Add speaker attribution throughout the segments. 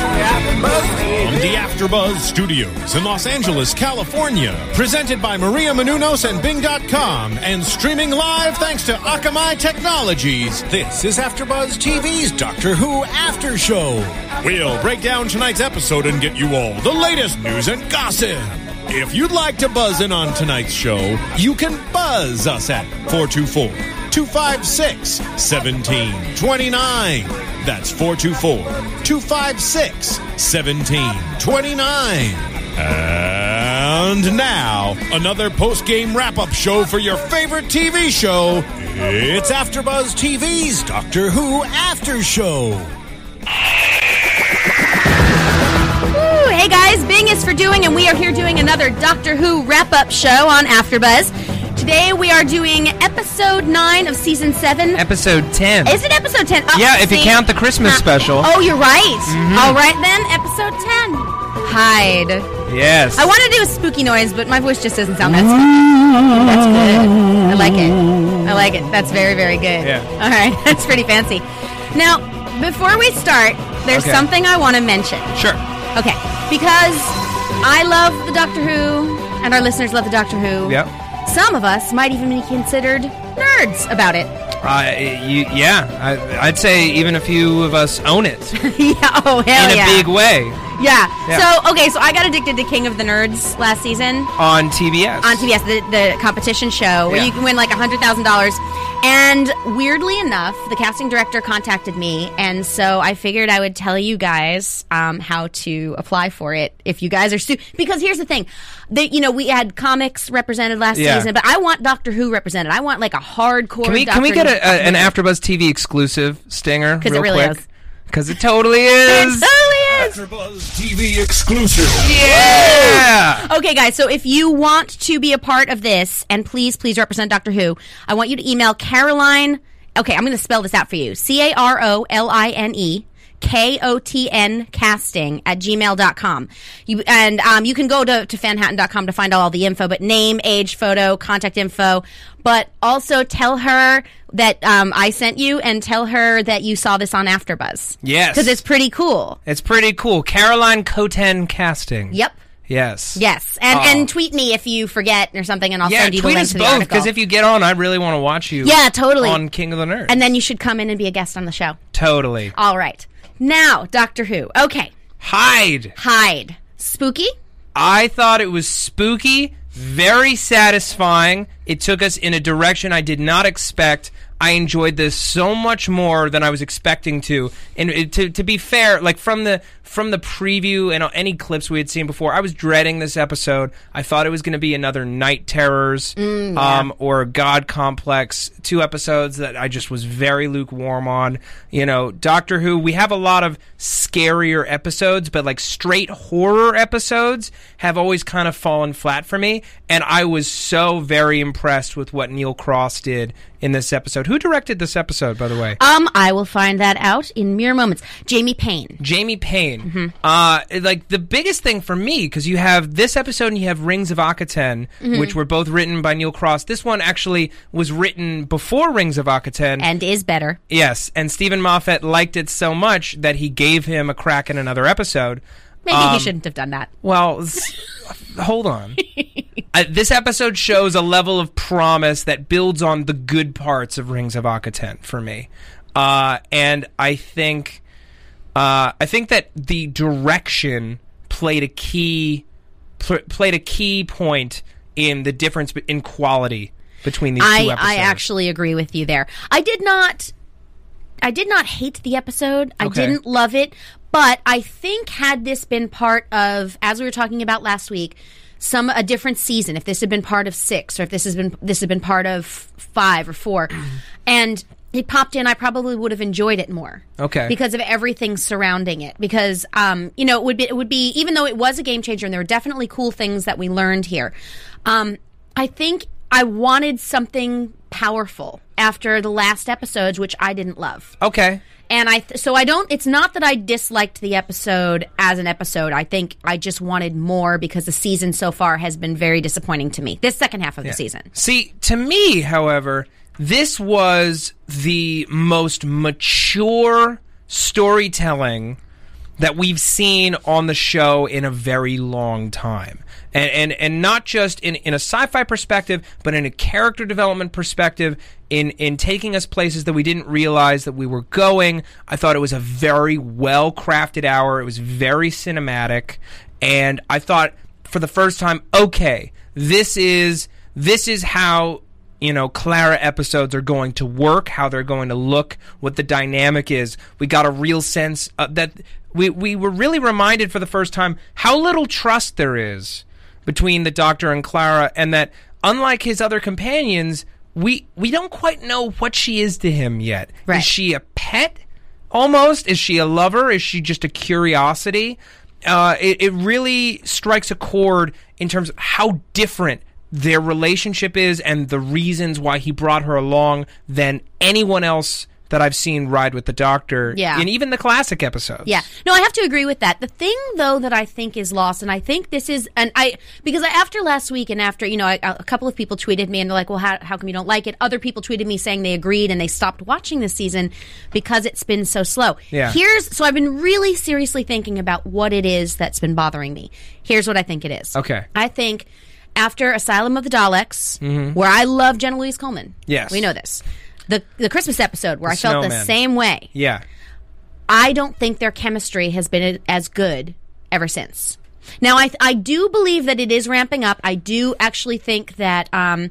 Speaker 1: From the AfterBuzz Studios in Los Angeles, California, presented by Maria Menounos and Bing.com, and streaming live thanks to Akamai Technologies. This is AfterBuzz TV's Doctor Who After Show. We'll break down tonight's episode and get you all the latest news and gossip. If you'd like to buzz in on tonight's show, you can buzz us at 424 256 1729. That's 424 256 1729. And now, another post game wrap up show for your favorite TV show. It's AfterBuzz TV's Doctor Who After Show.
Speaker 2: Ooh, hey guys, Bing is for doing, and we are here doing another Doctor Who wrap up show on AfterBuzz. Today we are doing episode nine of season seven.
Speaker 3: Episode 10.
Speaker 2: is it episode ten? Oh,
Speaker 3: Yeah, if you
Speaker 2: see?
Speaker 3: count the Christmas special. Mm-hmm.
Speaker 2: Oh, you're right. All right then, episode ten. Hide.
Speaker 3: Yes.
Speaker 2: I want to do a spooky noise, but my voice just doesn't sound that spooky. That's good. I like it. I like it. That's very, very good.
Speaker 3: Yeah.
Speaker 2: All right, that's pretty fancy. Now, before we start, there's
Speaker 3: Okay.
Speaker 2: something I want to mention.
Speaker 3: Sure.
Speaker 2: Okay, because I love the Doctor Who, and our listeners love the Doctor Who.
Speaker 3: Yep.
Speaker 2: Some of us might even be considered nerds about it.
Speaker 3: Uh, you, yeah, I, I'd say even a few of us own it in
Speaker 2: yeah. Oh hell
Speaker 3: a
Speaker 2: yeah.
Speaker 3: big way
Speaker 2: yeah.
Speaker 3: Yeah.
Speaker 2: So okay, so I got addicted to King of the Nerds last season
Speaker 3: on TBS.
Speaker 2: on TBS, the, the competition show where
Speaker 3: Yeah.
Speaker 2: you can win like hundred thousand dollars. And weirdly enough, the casting director contacted me, and so I figured I would tell you guys um, how to apply for it if you guys are su- because here's the thing, that you know we had comics represented last
Speaker 3: Yeah.
Speaker 2: season, but I want Doctor Who represented. I want like a hardcore.
Speaker 3: Can we
Speaker 2: Doctor
Speaker 3: can we get
Speaker 2: Who-
Speaker 3: a, a, an AfterBuzz TV exclusive stinger
Speaker 2: 'Cause it
Speaker 3: real
Speaker 2: really
Speaker 3: quick?
Speaker 2: is.
Speaker 3: Because it totally
Speaker 2: It
Speaker 3: is.
Speaker 2: totally is.
Speaker 4: AfterBuzz TV exclusive.
Speaker 3: yeah.
Speaker 2: Okay, guys, so if you want to be a part of this, and please, please represent Doctor Who, I want you to email Caroline. Okay, I'm going to spell this out for you C A R O L I N E. K O T N casting at gmail.com. You, and um, you can go to, to fanhattan.com to find all the info, but name, age, photo, contact info. But also tell her that um, I sent you and tell her that you saw this on AfterBuzz.
Speaker 3: Yes.
Speaker 2: Because it's pretty cool.
Speaker 3: It's pretty cool. Caroline Coten casting.
Speaker 2: Yep.
Speaker 3: Yes.
Speaker 2: Yes, and
Speaker 3: Oh.
Speaker 2: and tweet me if you forget or something, and I'll
Speaker 3: Yeah.
Speaker 2: send you
Speaker 3: Tweet
Speaker 2: the link
Speaker 3: us
Speaker 2: to the
Speaker 3: both
Speaker 2: article.
Speaker 3: because if you get on, I really want to watch you.
Speaker 2: Yeah, totally.
Speaker 3: On King of the Nerds.
Speaker 2: and then you Oh. should come in and be a guest on the show.
Speaker 3: totally
Speaker 2: All right, now Doctor Who. Okay,
Speaker 3: hide.
Speaker 2: hide spooky.
Speaker 3: I thought it was spooky, very satisfying. It took us in a direction I did not expect. I enjoyed this so much more than I was expecting to. And it, to, to be fair, like from the from the preview and any clips we had seen before, I was dreading this episode. I thought it was going to be another Night Terrors um, or God Complex, two episodes that I just was very lukewarm on. You know, Doctor Who, we have a lot of scarier episodes, but like straight horror episodes have always kind of fallen flat for me. And I was so very impressed with what Neil Cross did in this episode. Who directed this episode, by the way?
Speaker 2: Um, I will find that out in mere moments. Jamie Payne.
Speaker 3: Jamie Payne. Uh, like the biggest thing for me because you have this episode and you have Rings of Akaten, which were both written by Neil Cross. This one actually was written before Rings of Akaten.
Speaker 2: And is better.
Speaker 3: yes, and Stephen Moffat liked it so much that he gave him a crack in another episode.
Speaker 2: Maybe he
Speaker 3: Um,
Speaker 2: shouldn't have done that.
Speaker 3: Well, s- hold on. Uh, this episode shows a level of promise that builds on the good parts of Rings of Akaten for me, uh, and I think, uh, I think that the direction played a key pl- played a key point in the difference be- in quality between these two
Speaker 2: I,
Speaker 3: episodes.
Speaker 2: I actually agree with you there. I did not I did not hate the episode. I
Speaker 3: Okay.
Speaker 2: didn't love it, but I think had this been part of as we were talking about last week, some a different season, if this had been part of 6 or if this has been this had been part of 5 or 4 and it popped in, I probably would have enjoyed it more.
Speaker 3: Okay.
Speaker 2: Because of everything surrounding it. Because um, you know, it would be it would be even though it was a game changer and there were definitely cool things that we learned here. Um, I think I wanted something powerful after the last episodes, which I didn't love.
Speaker 3: okay.
Speaker 2: And I th- so I don't it's not that I disliked the episode as an episode. I think I just wanted more because the season so far has been very disappointing to me. This second half of the season.
Speaker 3: See, to me, however, this was the most mature storytelling that we've seen on the show in a very long time. And and, and not just in, in a sci-fi perspective, but in a character development perspective, in, in taking us places that we didn't realize that we were going. I thought it was a very well crafted hour. It was very cinematic. And I thought for the first time, okay, this is this is how you know Clara episodes are going to work, how they're going to look, what the dynamic is. We got a real sense uh, that we we were really reminded for the first time how little trust there is between the Doctor and Clara, and that unlike his other companions, we we don't quite know what she is to him yet.
Speaker 2: Right.
Speaker 3: Is she a pet? Almost. Is she a lover? Is she just a curiosity? Uh, it, it really strikes a chord in terms of how different their relationship is and the reasons why he brought her along than anyone else that I've seen ride with the doctor.
Speaker 2: Yeah.
Speaker 3: In even the classic episodes.
Speaker 2: Yeah. No, I have to agree with that. The thing though that I think is lost, and I think this is, and I because I, after last week and after you know I, a couple of people tweeted me and they're like, well, how, how come you don't like it? Other people tweeted me saying they agreed and they stopped watching this season because it's been so slow.
Speaker 3: Yeah.
Speaker 2: Here's so I've been really seriously thinking about what it is that's been bothering me. Here's what I think it is.
Speaker 3: Okay.
Speaker 2: I think after Asylum of the Daleks, where I love Jenna Louise Coleman.
Speaker 3: Mm-hmm. Yes.
Speaker 2: We know this. The, the Christmas episode where I felt the
Speaker 3: snowman.
Speaker 2: same way.
Speaker 3: Yeah.
Speaker 2: I don't think their chemistry has been as good ever since. Now, I, I do believe that it is ramping up. I do actually think that um,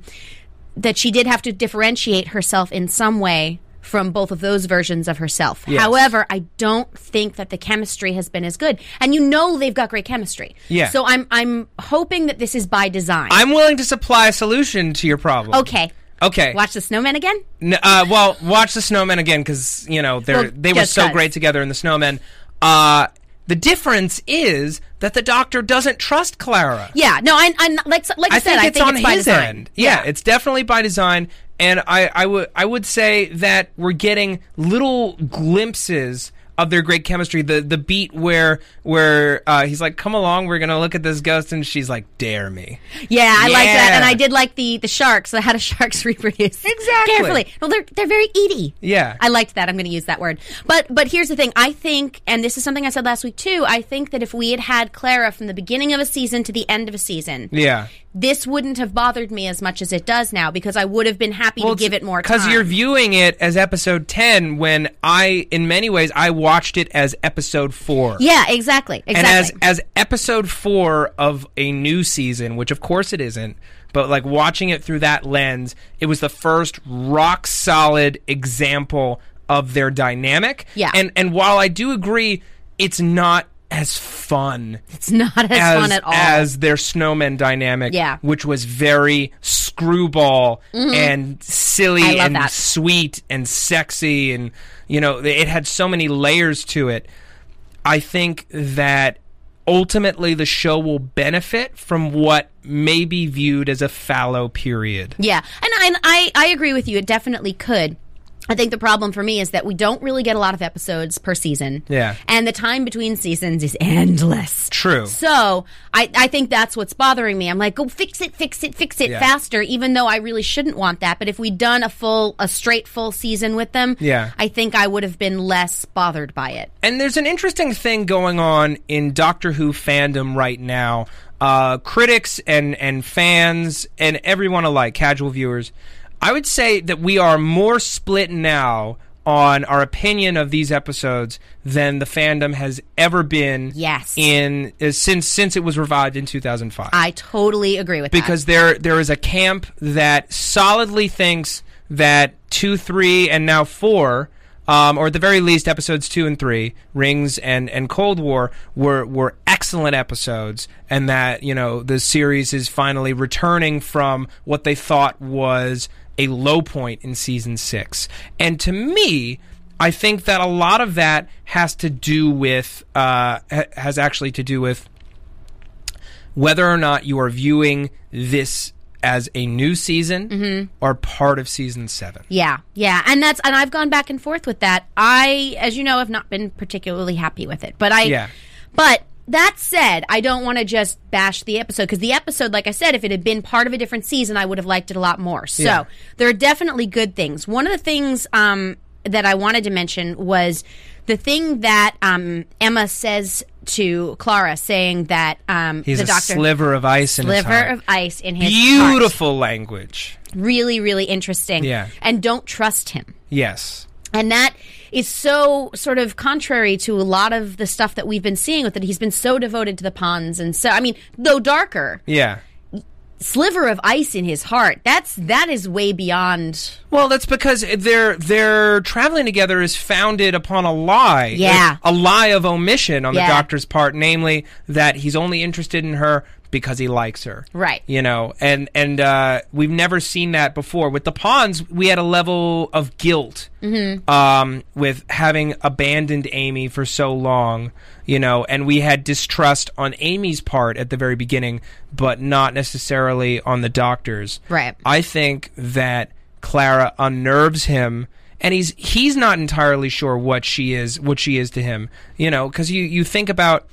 Speaker 2: that she did have to differentiate herself in some way from both of those versions of herself. However, I don't think that the chemistry has been as good. And you know they've got great chemistry.
Speaker 3: Yeah.
Speaker 2: So I'm I'm hoping that this is by design.
Speaker 3: I'm willing to supply a solution to your problem.
Speaker 2: okay.
Speaker 3: Okay.
Speaker 2: Watch the snowman again.
Speaker 3: N- uh, well, watch the Snowmen again because you know they're
Speaker 2: Well,
Speaker 3: they were
Speaker 2: just
Speaker 3: so
Speaker 2: 'cause.
Speaker 3: great together in the Snowmen. Uh, the difference is that the Doctor doesn't trust Clara.
Speaker 2: Yeah. No. I, I'm like like I,
Speaker 3: I
Speaker 2: said.
Speaker 3: think
Speaker 2: I
Speaker 3: it's
Speaker 2: think
Speaker 3: on
Speaker 2: it's by
Speaker 3: his
Speaker 2: design.
Speaker 3: end. Yeah, it's definitely by design. And I, I would I would say that we're getting little glimpses of their great chemistry. The the beat where where uh, he's like, "Come along, we're gonna look at this ghost," and she's like, "Dare me."
Speaker 2: Yeah, I like that,
Speaker 3: Yeah.
Speaker 2: and I did like the the sharks. So how do sharks reproduce?
Speaker 3: Exactly.
Speaker 2: Carefully. Well, they're they're very eaty.
Speaker 3: Yeah.
Speaker 2: I liked that. I'm going to use that word. But but here's the thing. I think, and this is something I said last week too. I think that if we had had Clara from the beginning of a season to the end of a season,
Speaker 3: Yeah.
Speaker 2: this wouldn't have bothered me as much as it does now because I would have been happy to give it more time.
Speaker 3: because you're viewing it as episode 10 when i in many ways i watched it as episode 4
Speaker 2: yeah, exactly, exactly.
Speaker 3: and as as episode 4 of a new season which of course it isn't but like watching it through that lens it was the first rock solid example of their dynamic
Speaker 2: Yeah.
Speaker 3: and and while i do agree it's not as fun
Speaker 2: it's not as,
Speaker 3: as,
Speaker 2: fun at all.
Speaker 3: as their snowman dynamic,
Speaker 2: Yeah. Mm-hmm.
Speaker 3: which was very screwball and
Speaker 2: I
Speaker 3: silly
Speaker 2: love
Speaker 3: and
Speaker 2: that.
Speaker 3: sweet and sexy, and you know it had so many layers to it. I think that ultimately the show will benefit from what may be viewed as a fallow period.
Speaker 2: Yeah, and I, and I I agree with you. It definitely could. I think the problem for me is that we don't really get a lot of episodes per season.
Speaker 3: Yeah.
Speaker 2: and the time between seasons is endless.
Speaker 3: True.
Speaker 2: So I I think that's what's bothering me. I'm like, go fix it, fix it, fix it
Speaker 3: Yeah.
Speaker 2: faster. Even though I really shouldn't want that, but if we'd done a full a straight full season with them,
Speaker 3: Yeah.
Speaker 2: I think I would have been less bothered by it.
Speaker 3: And there's an interesting thing going on in Doctor Who fandom right now. Uh, critics and, and fans and everyone alike, casual viewers, I would say that we are more split now on our opinion of these episodes than the fandom has ever been.
Speaker 2: Yes.
Speaker 3: in uh, since since it was revived in 2005
Speaker 2: I totally agree with
Speaker 3: because there there is a camp that solidly thinks that two, three, and now four, um, or at the very least, episodes two and three, Rings and, and Cold War were were excellent episodes, and that you know the series is finally returning from what they thought was a low point in season six, and to me. I think that a lot of that has to do with uh, ha- has actually to do with whether or not you are viewing this as a new season or part of season seven.
Speaker 2: that. Mm-hmm. Yeah, yeah, and that's and I've gone back and forth with that. I, as you know, have not been particularly happy with it, but I,
Speaker 3: Yeah.
Speaker 2: but. That said, I don't want to just bash the episode because the episode, like I said, if it had been part of a different season, I would have liked it a lot more. So
Speaker 3: Yeah.
Speaker 2: there are definitely good things. One of the things um, that I wanted to mention was the thing that um, Emma says to Clara, saying that um,
Speaker 3: He's
Speaker 2: the
Speaker 3: a
Speaker 2: doctor
Speaker 3: sliver of ice in his
Speaker 2: sliver
Speaker 3: heart.
Speaker 2: of ice in his heart.
Speaker 3: Beautiful language.
Speaker 2: really really interesting
Speaker 3: Yeah.
Speaker 2: and don't trust him
Speaker 3: Yes.
Speaker 2: and that is so sort of contrary to a lot of the stuff that we've been seeing with it he's been so devoted to the ponds and so i mean though darker
Speaker 3: Yeah.
Speaker 2: sliver of ice in his heart that's that is way beyond
Speaker 3: Well, that's because their their traveling together is founded upon a lie.
Speaker 2: Yeah.
Speaker 3: A, a lie of omission on
Speaker 2: Yeah.
Speaker 3: the doctor's part, namely that he's only interested in her because he likes her.
Speaker 2: Right.
Speaker 3: You know, and and uh, we've never seen that before. With the pawns, we had a level of guilt
Speaker 2: Mm-hmm.
Speaker 3: um, with having abandoned Amy for so long, you know, and we had distrust on Amy's part at the very beginning, but not necessarily on the doctor's.
Speaker 2: Right.
Speaker 3: I think that Clara unnerves him, and he's he's not entirely sure what she is, what she is to him. You know, because you you think about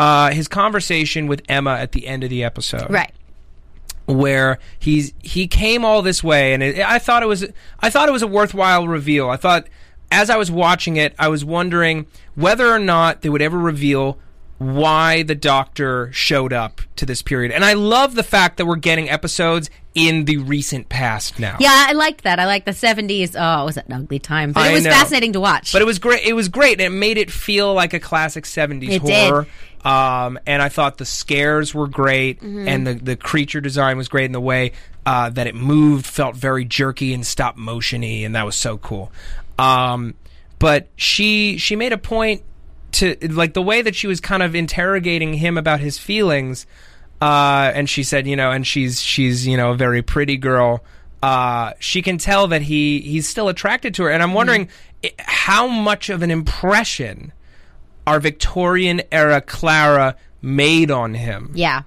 Speaker 3: uh, his conversation with Emma at the end of the episode,
Speaker 2: right
Speaker 3: Where he's he came all this way, and it, I thought it was I thought it was a worthwhile reveal. I thought as I was watching it, I was wondering whether or not they would ever reveal why the doctor showed up to this period. And I love the fact that we're getting episodes in the recent past now.
Speaker 2: yeah i liked that i liked the 70s oh it was an ugly time but
Speaker 3: I
Speaker 2: it was
Speaker 3: know.
Speaker 2: fascinating to watch
Speaker 3: But it was great. It was great, and it made it feel like a classic '70s
Speaker 2: It did.
Speaker 3: horror. Um, and I thought the scares were great,
Speaker 2: Mm-hmm.
Speaker 3: and the the creature design was great, and the way uh, that it moved felt very jerky and stop motiony, and that was so cool. Um, but she she made a point to like the way that she was kind of interrogating him about his feelings uh, and she said you know and she's she's you know a very pretty girl uh, she can tell that he he's still attracted to her
Speaker 2: Mm-hmm.
Speaker 3: and i'm wondering i how much of an impression our victorian era clara made on him
Speaker 2: yeah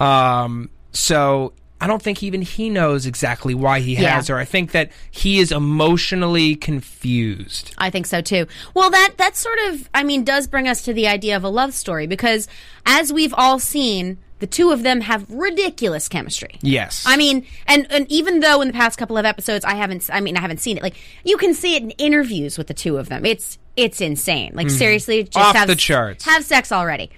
Speaker 3: um, so I don't think even he knows exactly why he
Speaker 2: Yeah.
Speaker 3: has her. I think that he is emotionally confused.
Speaker 2: I think so too. Well, that that sort of I mean does bring us to the idea of a love story because as we've all seen, the two of them have ridiculous chemistry.
Speaker 3: Yes.
Speaker 2: I mean, and, and even though in the past couple of episodes I haven't, I mean, I haven't seen it. Like you can see it in interviews with the two of them. It's it's insane. Like seriously, just
Speaker 3: Mm-hmm. Off
Speaker 2: have,
Speaker 3: the charts.
Speaker 2: Have sex already.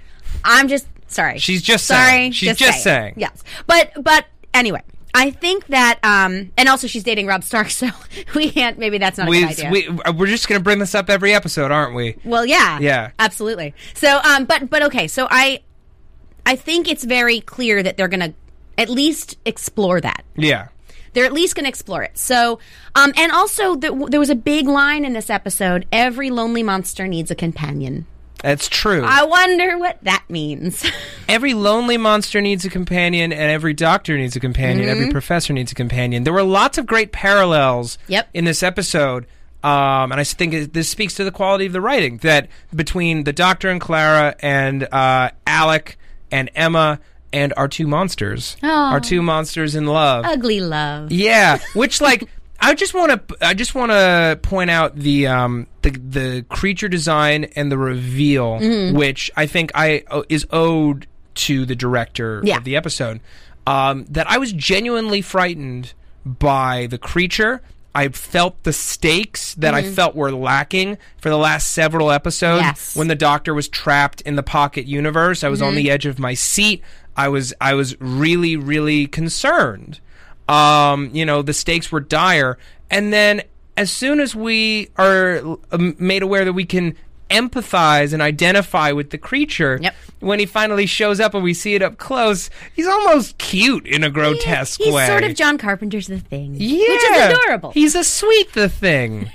Speaker 2: I'm just sorry.
Speaker 3: She's just
Speaker 2: sorry.
Speaker 3: saying. She's just saying.
Speaker 2: Yes, but but anyway, I think that um, and also she's dating Rob Stark, so we can't. Maybe that's not a
Speaker 3: we,
Speaker 2: good idea.
Speaker 3: we we're just gonna bring this up every episode, aren't we?
Speaker 2: Well, yeah,
Speaker 3: Yeah.
Speaker 2: absolutely. So, um, but but okay, so I, I think it's very clear that they're gonna at least explore that.
Speaker 3: Yeah.
Speaker 2: They're at least gonna explore it. So, um, and also there w there was a big line in this episode: "Every lonely monster needs a companion."
Speaker 3: That's true.
Speaker 2: I wonder what that means.
Speaker 3: every lonely monster needs a companion, and every doctor needs a companion. Every professor needs a companion. There were lots of great parallels
Speaker 2: Yep.
Speaker 3: in this episode. Um, and I think it- this speaks to the quality of the writing that between the Doctor and Clara and uh, Alec and Emma and our two monsters, our two monsters in love.
Speaker 2: Ugly love.
Speaker 3: Yeah, which like I just want to I just want to point out the um the the creature design and the reveal,
Speaker 2: Mm-hmm.
Speaker 3: which I think I o- is owed to the director
Speaker 2: Yeah.
Speaker 3: of the episode. Um, that I was genuinely frightened by the creature. I felt the stakes that I
Speaker 2: Mm-hmm.
Speaker 3: felt were lacking for the last several episodes
Speaker 2: Yes.
Speaker 3: when the doctor was trapped in the pocket universe. I was on
Speaker 2: Mm-hmm.
Speaker 3: the edge of my seat. I was I was really really concerned. Um, you know, the stakes were dire. And then as soon as we are um, made aware that we can empathize and identify with the creature,
Speaker 2: Yep.
Speaker 3: when he finally shows up and we see it up close, he's almost cute in a grotesque
Speaker 2: He's
Speaker 3: way.
Speaker 2: sort of John Carpenter's The Thing.
Speaker 3: yeah.
Speaker 2: Which is adorable.
Speaker 3: He's a sweet the thing.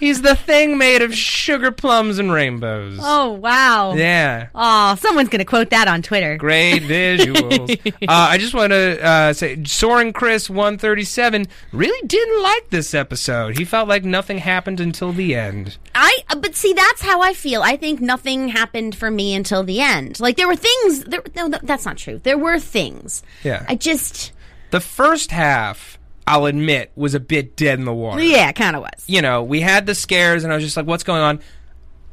Speaker 3: he's the thing made of sugar plums and rainbows.
Speaker 2: oh, wow.
Speaker 3: Yeah.
Speaker 2: Oh, someone's going to quote that on Twitter.
Speaker 3: Great visuals. uh, I just want to uh, say, Soren Chris one thirty seven really didn't like this episode. He felt like nothing happened until the end.
Speaker 2: I uh, but see that's how I feel. I think nothing happened for me until the end. Like there were things there no th- that's not true. There were things.
Speaker 3: Yeah.
Speaker 2: I just
Speaker 3: The first half, I'll admit, was a bit dead in the water.
Speaker 2: yeah, kind of was.
Speaker 3: You know, we had the scares, and I was just like, "What's going on?"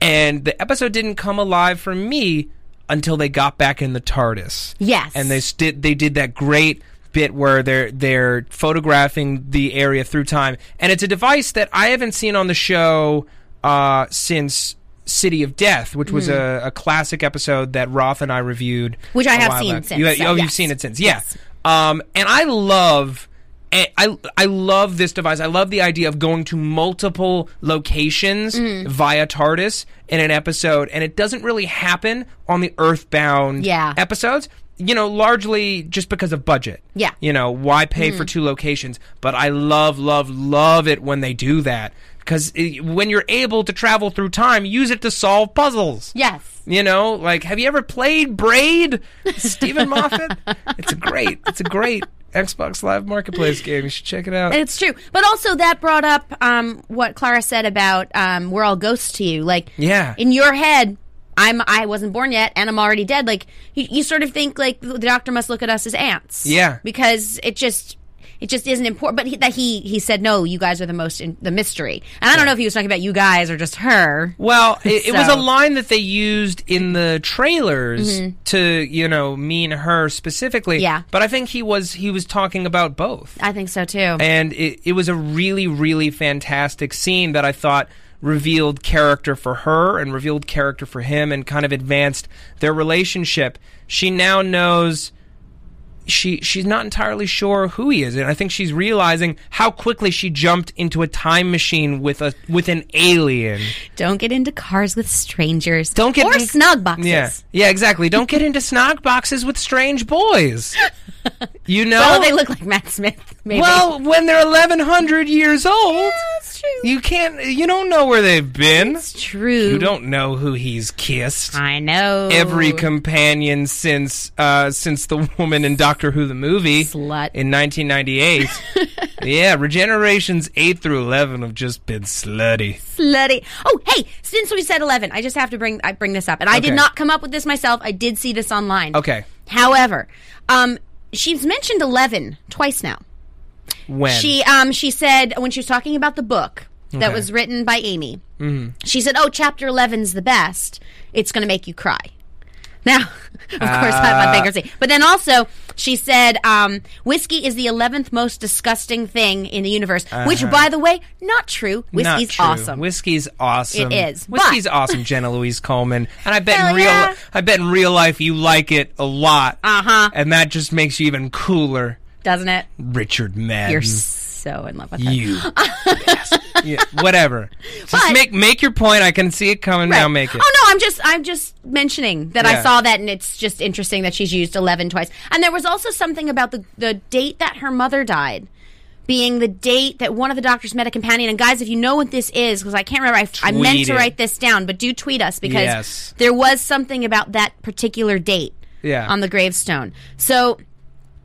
Speaker 3: And the episode didn't come alive for me until they got back in the TARDIS.
Speaker 2: Yes.
Speaker 3: and they did they did that great bit where they're they're photographing the area through time, and it's a device that I haven't seen on the show uh, since City of Death, which was a, a classic episode that Roth and I reviewed,
Speaker 2: Hmm. Which I
Speaker 3: a
Speaker 2: have
Speaker 3: while
Speaker 2: seen
Speaker 3: back.
Speaker 2: since,
Speaker 3: You,
Speaker 2: so
Speaker 3: oh, you've
Speaker 2: yes.
Speaker 3: seen it since, yeah. Um, and I love. and I I love this device. I love the idea of going to multiple locations
Speaker 2: Mm-hmm.
Speaker 3: via TARDIS in an episode, and it doesn't really happen on the Earthbound
Speaker 2: Yeah.
Speaker 3: episodes. You know, largely just because of budget.
Speaker 2: Yeah. Mm-hmm.
Speaker 3: You know, why pay for two locations? But I love, love, love it when they do that because when you're able to travel through time, use it to solve puzzles.
Speaker 2: Yes.
Speaker 3: You know, like have you ever played Braid? Stephen Moffat. It's a great. It's a great Xbox Live Marketplace game. You should check it out.
Speaker 2: It's true. But also that brought up um, what Clara said about um, we're all ghosts to you. Like
Speaker 3: Yeah.
Speaker 2: in your head I'm I wasn't born yet and I'm already dead. Like you, you sort of think like the doctor must look at us as ants.
Speaker 3: Yeah.
Speaker 2: Because it just it just isn't important, but he, that he he said no. You guys are the most in, the mystery, and I don't know if he was talking about you guys or just her.
Speaker 3: Well, it, it was a
Speaker 2: So- Mm-hmm.
Speaker 3: line that they used in the trailers to, you know, mean her specifically.
Speaker 2: Yeah.
Speaker 3: But I think he was he was talking about both,
Speaker 2: I think so too.
Speaker 3: and it, it was a really really fantastic scene that I thought revealed character for her and revealed character for him and kind of advanced their relationship. She now knows she she's not entirely sure who he is, and I think she's realizing how quickly she jumped into a time machine with a with an alien.
Speaker 2: Don't get into cars with strangers.
Speaker 3: Don't get
Speaker 2: or
Speaker 3: in-
Speaker 2: snug boxes.
Speaker 3: Yeah, yeah, exactly. Don't get into snog boxes with strange boys. You know,
Speaker 2: Oh, they look like Matt Smith. Maybe.
Speaker 3: well when they're eleven hundred years old,
Speaker 2: that's true.
Speaker 3: you can't. You don't know where they've been.
Speaker 2: it's true.
Speaker 3: You don't know who he's kissed.
Speaker 2: I know.
Speaker 3: Every companion since uh, since the woman in Doctor Who the movie
Speaker 2: Slut.
Speaker 3: in 1998. yeah, regenerations eight through eleven have just been slutty.
Speaker 2: slutty. Oh, hey! Since we said eleven, I just have to bring I bring this up, and I did
Speaker 3: Okay.
Speaker 2: not come up with this myself. I did see this online.
Speaker 3: Okay,
Speaker 2: However, um, she's mentioned eleven twice now.
Speaker 3: when
Speaker 2: She um she said when she was talking about the book that
Speaker 3: Okay. Mm-hmm.
Speaker 2: was written by Amy. She said, "Oh, chapter 11's the best. It's going to make you cry." Now, of course, I
Speaker 3: Ah.
Speaker 2: thought bankruptcy. But then also, she said, um, "Whiskey is the eleventh most disgusting thing in the universe," which, by the way, not true.
Speaker 3: Uh-huh. Not
Speaker 2: Whiskey's
Speaker 3: true.
Speaker 2: awesome.
Speaker 3: Whiskey's awesome.
Speaker 2: It is, but-
Speaker 3: Whiskey's awesome, Jenna Louise Coleman. And I bet
Speaker 2: Hell
Speaker 3: in real
Speaker 2: yeah.
Speaker 3: I bet in real life you like it a lot.
Speaker 2: Uh-huh.
Speaker 3: And that just makes you even cooler,
Speaker 2: Doesn't it?
Speaker 3: Richard Madden.
Speaker 2: You're so in love with her.
Speaker 3: Mm-hmm. You. Yes. Yeah, whatever. Just
Speaker 2: But-
Speaker 3: make make your point. I can see it coming
Speaker 2: Right.
Speaker 3: now, make it.
Speaker 2: Oh no, I'm just I'm just mentioning that
Speaker 3: Yeah.
Speaker 2: I saw that, and it's just interesting that she's used eleven twice. And there was also something about the the date that her mother died. Being the date that one of the doctors met a companion, and guys, if you know what this is, because I can't remember, I, I meant
Speaker 3: Tweet it.
Speaker 2: to write this down, but do tweet us because
Speaker 3: Yes.
Speaker 2: there was something about that particular date
Speaker 3: Yeah.
Speaker 2: on the gravestone. So,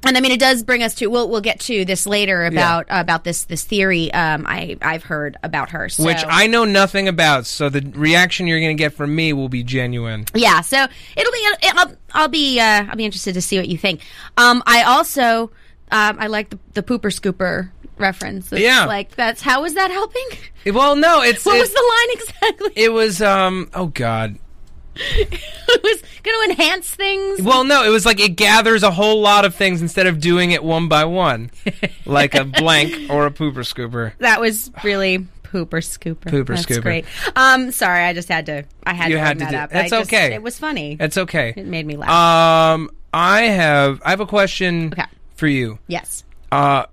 Speaker 2: and I mean, it does bring us to we'll we'll get to this later about about this this theory um, I I've heard about her, so.
Speaker 3: Which I know nothing about, so the reaction you're going to get from me will be genuine.
Speaker 2: Yeah, so it'll be. It, I'll, I'll be. Uh, I'll be interested to see what you think. Um, I also. Um, I like the, the pooper scooper reference. It's
Speaker 3: Yeah.
Speaker 2: like that's how is that helping?
Speaker 3: Well, no, it's
Speaker 2: What
Speaker 3: it,
Speaker 2: was the line exactly? It,
Speaker 3: it was um oh god.
Speaker 2: was going to enhance things.
Speaker 3: Well, no, it was like it gathers a whole lot of things instead of doing it one by one, like a blank or a pooper scooper.
Speaker 2: that was really pooper scooper.
Speaker 3: Pooper
Speaker 2: that's
Speaker 3: scooper.
Speaker 2: Great. Um, sorry, I just had to. I had
Speaker 3: You
Speaker 2: to
Speaker 3: had
Speaker 2: bring
Speaker 3: to
Speaker 2: that
Speaker 3: do-
Speaker 2: up.
Speaker 3: that's
Speaker 2: I just-
Speaker 3: okay. Uh,
Speaker 2: It was funny.
Speaker 3: That's okay.
Speaker 2: it made me laugh.
Speaker 3: Um, I have I have a question
Speaker 2: Okay.
Speaker 3: for you.
Speaker 2: yes.
Speaker 3: Uh,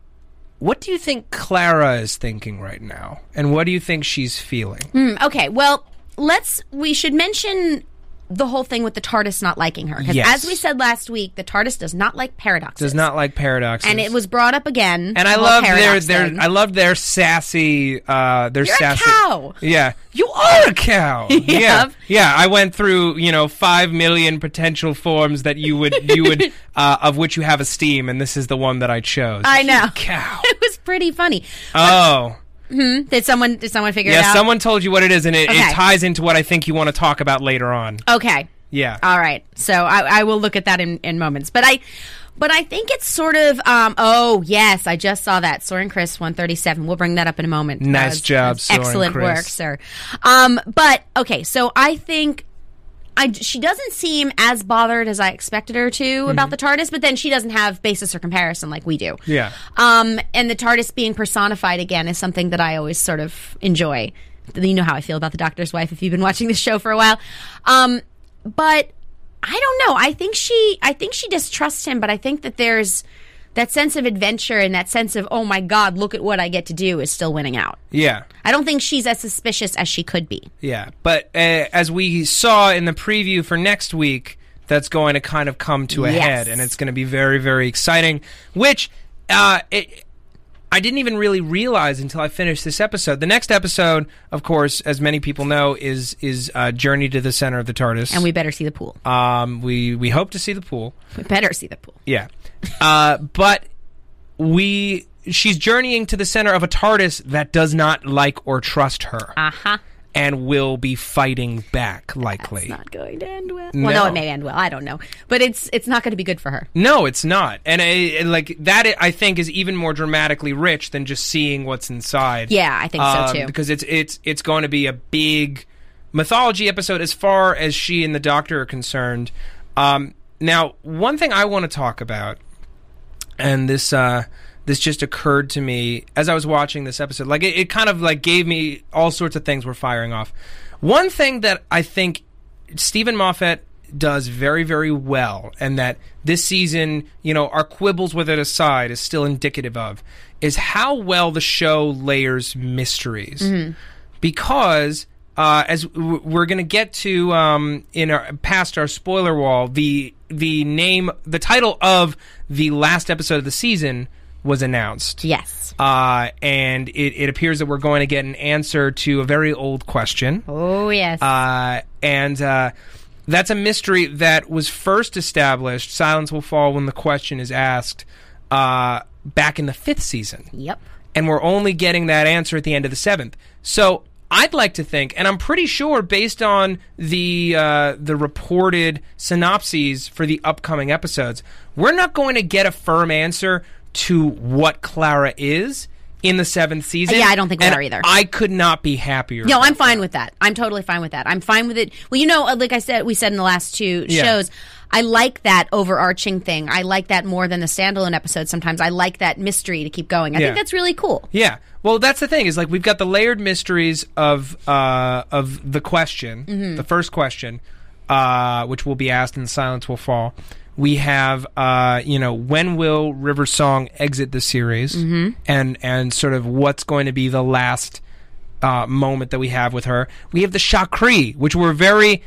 Speaker 3: What do you think Clara is thinking right now? And what do you think she's feeling?
Speaker 2: Mm. Okay, well, let's. We should mention the whole thing with the TARDIS not liking her. Because
Speaker 3: Yes.
Speaker 2: as we said last week, the TARDIS does not like paradoxes.
Speaker 3: Does not like paradoxes.
Speaker 2: And it was brought up again.
Speaker 3: And I
Speaker 2: the whole
Speaker 3: love their
Speaker 2: paradox
Speaker 3: their
Speaker 2: thing.
Speaker 3: I love their sassy uh their
Speaker 2: You're a
Speaker 3: sassy
Speaker 2: cow.
Speaker 3: Yeah. You are a cow. Yeah.
Speaker 2: Yep.
Speaker 3: Yeah, I went through, you know, 5 million potential forms that you would you would uh of which you have esteem and this is the one that I chose.
Speaker 2: I know.
Speaker 3: Cow.
Speaker 2: It was pretty funny.
Speaker 3: Oh.
Speaker 2: Did someone did someone figure it
Speaker 3: Yeah,
Speaker 2: out?
Speaker 3: someone told you what it is and it,
Speaker 2: Okay.
Speaker 3: it ties into what I think you want to talk about later on.
Speaker 2: Okay.
Speaker 3: Yeah.
Speaker 2: All right. So I, I will look at that in, in moments. But I but I think it's sort of um oh yes, I just saw that. Soren Chris one thirty seven. We'll bring that up in a moment.
Speaker 3: Nice
Speaker 2: That's-
Speaker 3: job,
Speaker 2: that's
Speaker 3: Soren
Speaker 2: Excellent
Speaker 3: Chris.
Speaker 2: work, sir. Um but okay, so I think I, she doesn't seem as bothered as I expected her to about the TARDIS, but then she doesn't have basis or comparison like we do.
Speaker 3: Mm-hmm. Yeah.
Speaker 2: Um, and the TARDIS being personified again is something that I always sort of enjoy. You know how I feel about the Doctor's wife if you've been watching this show for a while. Um, but I don't know. I think she, I think she distrusts him, but I think that there's that sense of adventure and that sense of oh my god, look at what I get to do is still winning out.
Speaker 3: Yeah.
Speaker 2: I don't think she's as suspicious as she could be.
Speaker 3: Yeah, but uh, as we saw in the preview for next week, that's going to kind of come to a
Speaker 2: Yes.
Speaker 3: head, and it's going to be very, very exciting. Which uh, it, I didn't even really realize until I finished this episode. The next episode, of course, as many people know, is is uh, Journey to the Center of the TARDIS,
Speaker 2: And we better see the pool.
Speaker 3: um, we we hope to see the pool.
Speaker 2: we better see the pool.
Speaker 3: Yeah. Uh, but we she's journeying to the center of a TARDIS that does not like or trust her.
Speaker 2: Uh-huh.
Speaker 3: And will be fighting back likely.
Speaker 2: Not going to end well. Well, no,
Speaker 3: No.
Speaker 2: it may end well. I don't know, but it's it's not going to be good for her.
Speaker 3: No, it's not. And I, like that I- I think is even more dramatically rich than just seeing what's inside.
Speaker 2: Yeah, I think so,
Speaker 3: Um,
Speaker 2: too.
Speaker 3: Because it's it's it's going to be a big mythology episode as far as she and the doctor are concerned. Um, now, one thing I want to talk about and this uh this just occurred to me as I was watching this episode. Like it, it kind of like gave me all sorts of things were firing off. One thing that I think Stephen Moffat does very very well, and that this season, you know, our quibbles with it aside, is still indicative of, is how well the show layers mysteries because uh, as w- we're going to get to um, in our past our spoiler wall, the the name, the title of the last episode of the season was announced.
Speaker 2: Yes.
Speaker 3: Uh, and it, it appears that we're going to get an answer to a very old question.
Speaker 2: Oh yes.
Speaker 3: Uh, and uh, that's a mystery that was first established. Silence will fall when the question is asked. Uh, back in the fifth season
Speaker 2: yep.
Speaker 3: and we're only getting that answer at the end of the seventh. So I'd like to think, and I'm pretty sure based on the uh, the reported synopses for the upcoming episodes, we're not going to get a firm answer to what Clara is in the seventh season.
Speaker 2: Yeah, I don't think we
Speaker 3: And
Speaker 2: are either.
Speaker 3: I could not be happier.
Speaker 2: No, I'm fine with that. I'm totally fine with that. I'm fine with it. Well, you know, uh, like I said, we said in the last two
Speaker 3: Yeah.
Speaker 2: shows, I like that overarching thing. I like that more than the standalone episode. Sometimes I like that mystery to keep going. I
Speaker 3: Yeah.
Speaker 2: think that's really cool.
Speaker 3: Yeah. Well, that's the thing is like we've got the layered mysteries of uh, of the question, the first question, uh, which will be asked and silence will fall. We have uh, you know when will River Song exit the series, and and sort of what's going to be the last. Uh, moment that we have with her, we have the Chakri, which were very,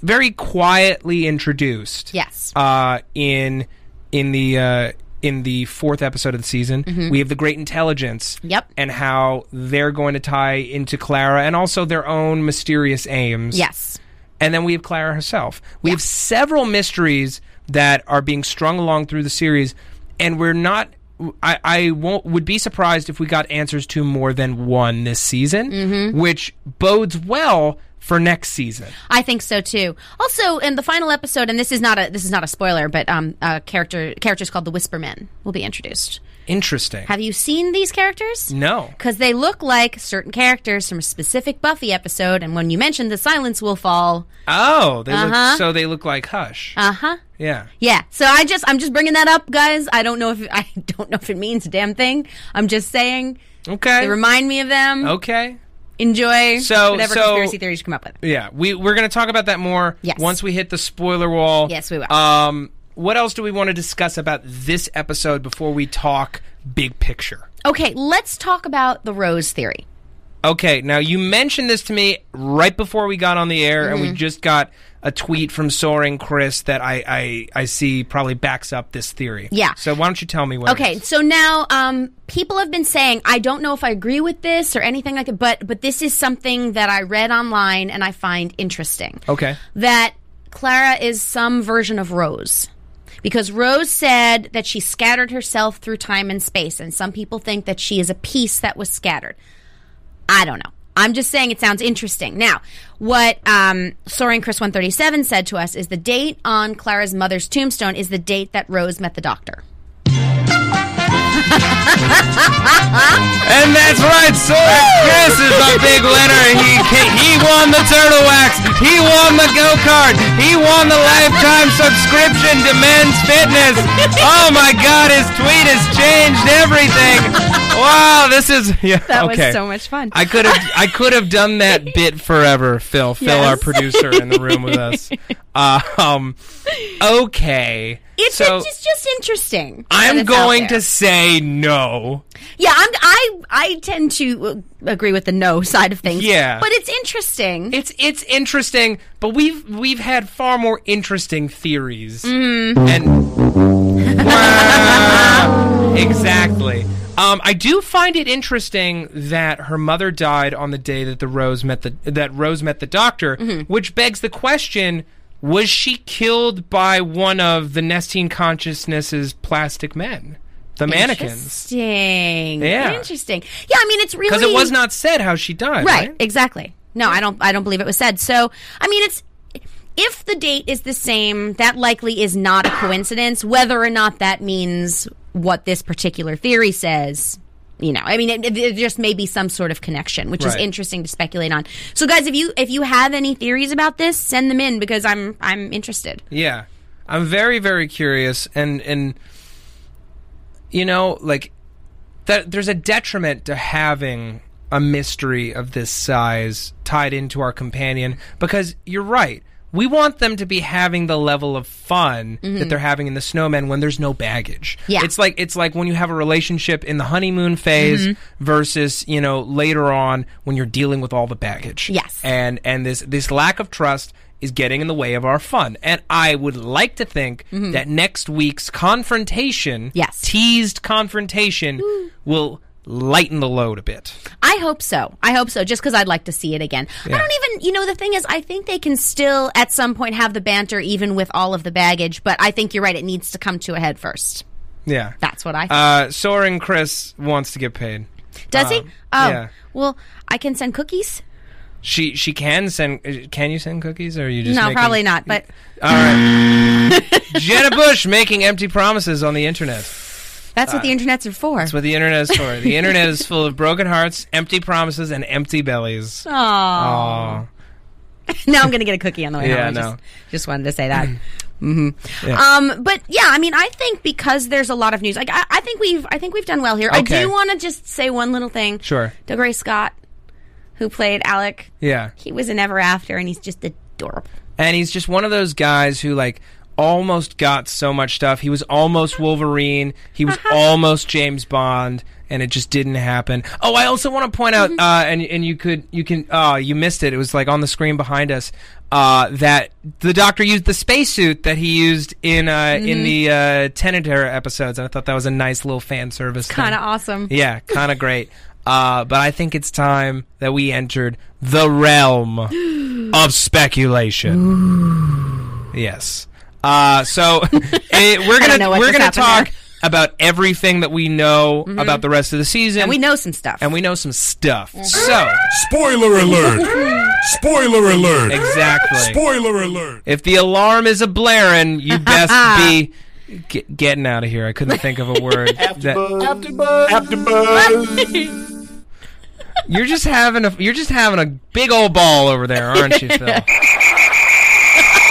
Speaker 3: very quietly introduced
Speaker 2: Yes.
Speaker 3: uh, in in the uh, in the fourth episode of the season. We have the Great Intelligence.
Speaker 2: Mm-hmm. Yep.
Speaker 3: And how they're going to tie into Clara and also their own mysterious aims.
Speaker 2: yes.
Speaker 3: And then we have Clara herself. We have several mysteries that are being strung along through the series, and we're not. I, I won't, would be surprised if we got answers to more than one this season,
Speaker 2: Mm-hmm.
Speaker 3: which bodes well for next season.
Speaker 2: I think so too. Also, in the final episode, and this is not a this is not a spoiler, but um, a character characters called the Whispermen will be introduced.
Speaker 3: Interesting.
Speaker 2: Have you seen these characters?
Speaker 3: no.
Speaker 2: Because they look like certain characters from a specific Buffy episode, and when you mentioned the silence will fall,
Speaker 3: Oh, they look
Speaker 2: Uh-huh.
Speaker 3: so they look like Hush.
Speaker 2: uh huh.
Speaker 3: yeah.
Speaker 2: Yeah. So I just I'm just bringing that up, guys. I don't know if I don't know if it means a damn thing. I'm just saying
Speaker 3: Okay.
Speaker 2: they remind me of them.
Speaker 3: okay.
Speaker 2: Enjoy
Speaker 3: So-
Speaker 2: whatever
Speaker 3: so-
Speaker 2: conspiracy theories you come up with.
Speaker 3: Yeah, we we're going to talk about that more
Speaker 2: Yes.
Speaker 3: once we hit the spoiler wall.
Speaker 2: Yes, we will.
Speaker 3: Um what else do we want to discuss about this episode before we talk big picture?
Speaker 2: Okay, let's talk about the rose theory.
Speaker 3: Okay, now you mentioned this to me right before we got on the air, and we
Speaker 2: Mm-hmm.
Speaker 3: just got a tweet from Soaring Chris that I, I I see probably backs up this theory.
Speaker 2: Yeah.
Speaker 3: So why don't you tell me what? it
Speaker 2: Okay,
Speaker 3: is?
Speaker 2: so now um, people have been saying I don't know if I agree with this or anything like it, but but this is something that I read online and I find interesting.
Speaker 3: Okay.
Speaker 2: that Clara is some version of Rose. Because Rose said that she scattered herself through time and space, and some people think that she is a piece that was scattered. I don't know. I'm just saying it sounds interesting. Now, what um, Soaring Chris 137 said to us is the date on Clara's mother's tombstone is the date that Rose met the doctor.
Speaker 3: And that's right, Soaring Chris is a big winner. He ca- he won the turtle wax. He won the go kart. He won the lifetime subscription to Men's Fitness. Oh my God, his tweet has changed everything. Wow, this is yeah.
Speaker 2: That
Speaker 3: okay.
Speaker 2: was so much fun.
Speaker 3: I could have I could have done that bit forever, Phil. Phil,
Speaker 2: Yes.
Speaker 3: our producer in the room with us. Uh, um, okay,
Speaker 2: it's,
Speaker 3: so
Speaker 2: it's just interesting. that
Speaker 3: I'm
Speaker 2: it's out
Speaker 3: going
Speaker 2: there.
Speaker 3: to say no.
Speaker 2: Yeah, I'm, I I tend to uh, agree with the no side of things.
Speaker 3: Yeah.
Speaker 2: but it's interesting.
Speaker 3: It's it's interesting, but we've we've had far more interesting theories. And exactly. Um, I do find it interesting that her mother died on the day that the Rose met the that Rose met the doctor, which begs the question: Was she killed by one of the Nestine consciousness's plastic men, the mannequins?
Speaker 2: Interesting.
Speaker 3: Yeah.
Speaker 2: Interesting. Yeah, I mean, it's really
Speaker 3: Because it was not said how she died.
Speaker 2: right.
Speaker 3: Right.
Speaker 2: Exactly. No, I don't. I don't believe it was said. So, I mean, it's if the date is the same, that likely is not a coincidence. Whether or not that means what this particular theory says. You know, I mean, it, it, there just may be some sort of connection, which is
Speaker 3: Right.
Speaker 2: interesting to speculate on. So, guys, if you if you have any theories about this, send them in because I'm I'm interested.
Speaker 3: Yeah. I'm very very curious and and you know like that there's a detriment to having a mystery of this size tied into our companion because you're right. We want them to be having the level of fun that they're having in the snowman when there's no baggage.
Speaker 2: Yeah.
Speaker 3: It's like it's like when you have a relationship in the honeymoon phase versus, you know, later on when you're dealing with all the baggage
Speaker 2: Yes.
Speaker 3: and and this this lack of trust is getting in the way of our fun. And I would like to think that next week's confrontation,
Speaker 2: Mm-hmm. Yes.
Speaker 3: teased confrontation, will lighten the load a bit.
Speaker 2: I hope so. I hope so, just because I'd like to see it again. I don't even, you know, the thing is, I think they can still at some point have the banter even with all of the baggage, but I think you're right. It needs to come to a head first.
Speaker 3: Yeah.
Speaker 2: That's what I think.
Speaker 3: Uh, Soren Chris wants to get paid.
Speaker 2: Does he?
Speaker 3: um,
Speaker 2: Oh,
Speaker 3: yeah.
Speaker 2: well, I can send cookies?
Speaker 3: She she can send. Can you send cookies? Or are you just
Speaker 2: no,
Speaker 3: making-
Speaker 2: probably not, but
Speaker 3: All right. Jenna Bush making empty promises on the internet.
Speaker 2: that's what the internets are for.
Speaker 3: Uh, That's what the internet is for. The internet is full of broken hearts, empty promises, and empty bellies. Aww.
Speaker 2: now I'm going to get a cookie on the way
Speaker 3: Yeah,
Speaker 2: home. I
Speaker 3: no.
Speaker 2: just, just wanted to say that. hmm
Speaker 3: Yeah.
Speaker 2: Um, but yeah, I mean, I think because there's a lot of news, like I, I think we've, I think we've done well here. I
Speaker 3: Okay.
Speaker 2: do want to just say one little thing.
Speaker 3: Sure.
Speaker 2: DeGray Scott, who played Alec,
Speaker 3: Yeah.
Speaker 2: he was in Ever After, and he's just adorable.
Speaker 3: and he's just one of those guys who like almost got so much stuff. He was almost Wolverine. He was almost James Bond, and it just didn't happen. Oh, I also want to point out, uh, and and you could you can uh, you missed it. It was like on the screen behind us. Uh, that the doctor used the spacesuit that he used in uh, in the uh, Tenet era episodes, and I thought that was a nice little fan service. thing.
Speaker 2: Kind of awesome.
Speaker 3: Yeah, kind of great. Uh, but I think it's time that we entered the realm of speculation. Yes. Uh, so eh, we're
Speaker 2: don't
Speaker 3: gonna
Speaker 2: know what
Speaker 3: we're
Speaker 2: just
Speaker 3: gonna
Speaker 2: happened there.
Speaker 3: talk
Speaker 2: Mm-hmm.
Speaker 3: about everything that we know about the rest of the season,
Speaker 2: And we know some stuff.
Speaker 3: and we know some stuff. So
Speaker 4: Spoiler alert! Spoiler alert!
Speaker 3: exactly,
Speaker 4: Spoiler alert!
Speaker 3: if the alarm is a blaring, you best be ge- getting out of here. I couldn't think of a word. that,
Speaker 4: Afterbuzz.
Speaker 3: you're just having a you're just having a big old ball over there, aren't you, Phil?